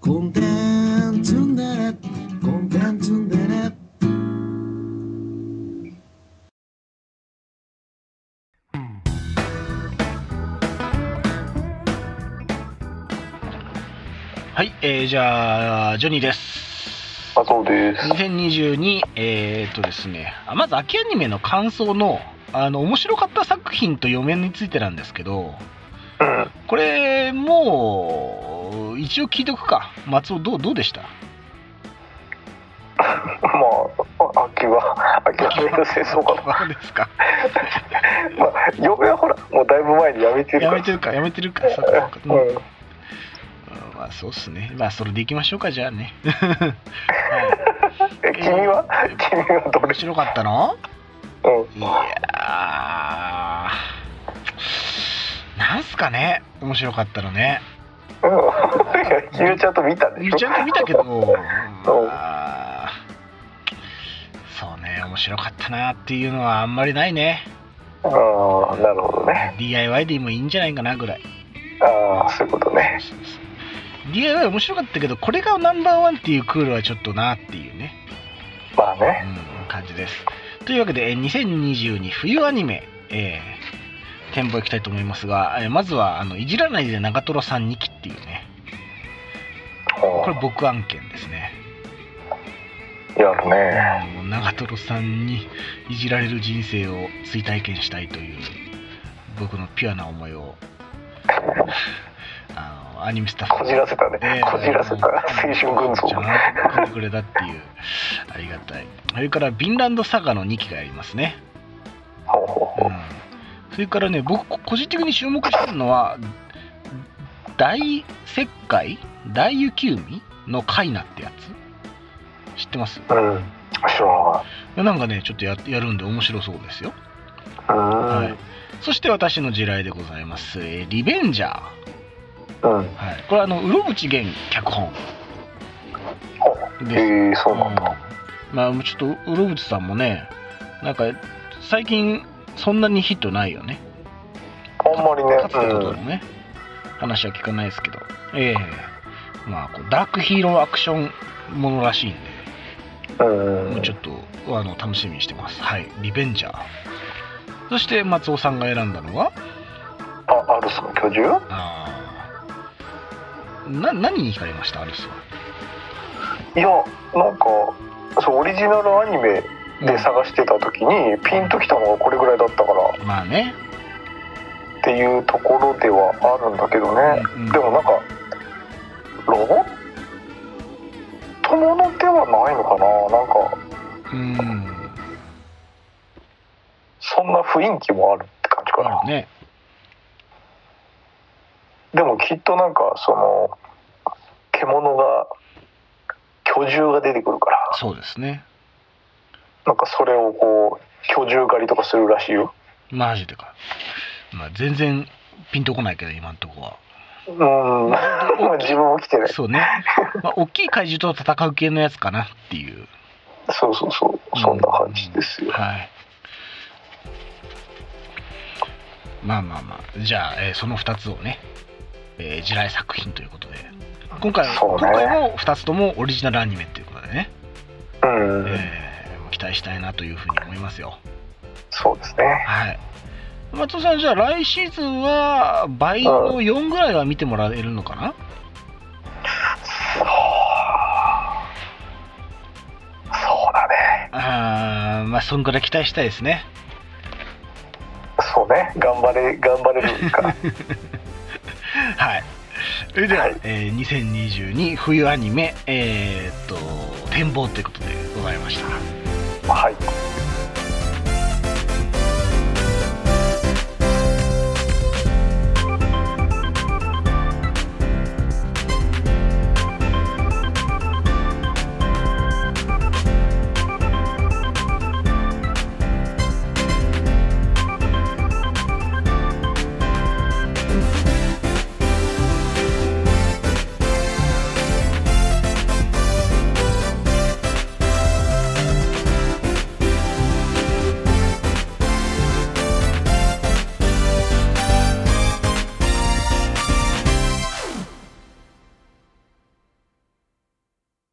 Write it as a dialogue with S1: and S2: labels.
S1: コンテンツンデレコンテンツンデレ
S2: はい、えー、じゃあ、ジョニーです。
S3: あ、そうです。
S2: 2022、えー、っとですね、あまず秋アニメの感想の、あの、面白かった作品と読めについてなんですけど、
S3: うん。
S2: これ、もう、一応聞いとくか。松尾、どう、どうでした
S3: まあ、秋は、 秋はめんどくせえそうかな。
S2: そうですか。
S3: まあ、嫁はほら、もうだいぶ前に辞めてる
S2: や
S3: か
S2: め
S3: ら。
S2: てるか、やめてるか、そうかそう
S3: う
S2: かうん
S3: ん。
S2: うんまあ、そうっすね。まあ、それでいきましょうか、じゃあね。
S3: え、君は君は ど
S2: 面
S3: れ
S2: 白かったの
S3: う
S2: い
S3: ん。
S2: やー、なんすかね、面白かったのね。
S3: うん。 いや、ゆうちゃんと見たでしょ
S2: ちゃんと見たけど、まあそうね、面白かったなっていうのはあんまりないね。
S3: ああ、なるほどね。
S2: DIY でもいいんじゃないかなぐらい。
S3: ああ、そういうことね。
S2: そうそうそう DIY 面白かったけど、これがナンバーワンっていうクールはちょっとなっていうね、
S3: まあね。
S2: うん、感じです。というわけで、えー2022冬アニメ、えー、展望いきたいと思いますが、えーまずはあの、いじらないで長瀞さん2期っていうね、これ僕案件ですね。
S3: やるね。
S2: もう長瀞さんにいじられる人生を追体験したいという僕のピュアな思いをあのアニメスタッフ
S3: こじらせたね
S2: で。
S3: こじらせた青春群像。
S2: ちゃんとやってくれたっていうありがたいそれからビンランドサガの2期がありますね、
S3: ほうほう
S2: う
S3: ほ
S2: ん、それからね僕個人的に注目してるのは大石灰大雪海のカイナってやつ知ってます
S3: う。うん。知ら
S2: なんかね、ちょっとややるんで面白そうですよ。
S3: な
S2: はいい。そして私の地雷でございます、えーリベンジャー。
S3: うん。うん。
S2: はい、これはあの、うろぶち源脚本です。
S3: ええ、そうなんだ。
S2: うんまあ、ちょっと、うろぶちさんもね、なんか、最近、そんなにヒットないよね。
S3: あんまりね。
S2: かつて
S3: う
S2: ほど
S3: ん
S2: の。ね、話は聞かないですけど。ええまあこう、ダークヒーローアクションものらしいんで。
S3: うん。
S2: もうちょっとあの楽しみにしてます。はい、リベンジャー。そして松尾さんが選んだのは、
S3: あ、アルスの居住
S2: あーな何に惹かれましたアルスは。
S3: いやなんかそうオリジナルアニメで探してた時にピンときたのがこれぐらいだったからっ
S2: まあね。
S3: ていうところではあるんだけどね、
S2: うんうん
S3: でもなんかロボットものではないのかななん
S2: う
S3: か
S2: ん。
S3: そんな雰囲気もあるって感じかな
S2: あるね。
S3: でもきっとなんかその獣が巨獣が出てくるから
S2: そうですね。
S3: なんかそれをこう巨獣狩りとかするらしいよ
S2: マジでか。まあ全然ピンとこないけど今んとこは。
S3: うん 自分も来てない
S2: そう ね。まあ大きい怪獣と戦う系のやつかなっていう。
S3: そうそうそう、そんな感じですよ。
S2: はい。まあまあまあ、じゃあ、えーその2つをね、えー地雷作品ということで、今回,、
S3: そう
S2: 今
S3: ね
S2: 回も2つともオリジナルアニメということでね、
S3: うん、
S2: えー期待したいなというふうに思いますよ。
S3: そうですね。
S2: はい。松尾さん、じゃあ来シーズンは倍の4ぐらいは見てもらえるのかな
S3: そうだね。
S2: あーまあ、そんぐらい期待したいですね。
S3: そうね。頑張れ、頑張れるか。
S2: はい。それでは、
S3: はい
S2: えー2022冬アニメ、えーっと、展望ということでございました。
S3: はい。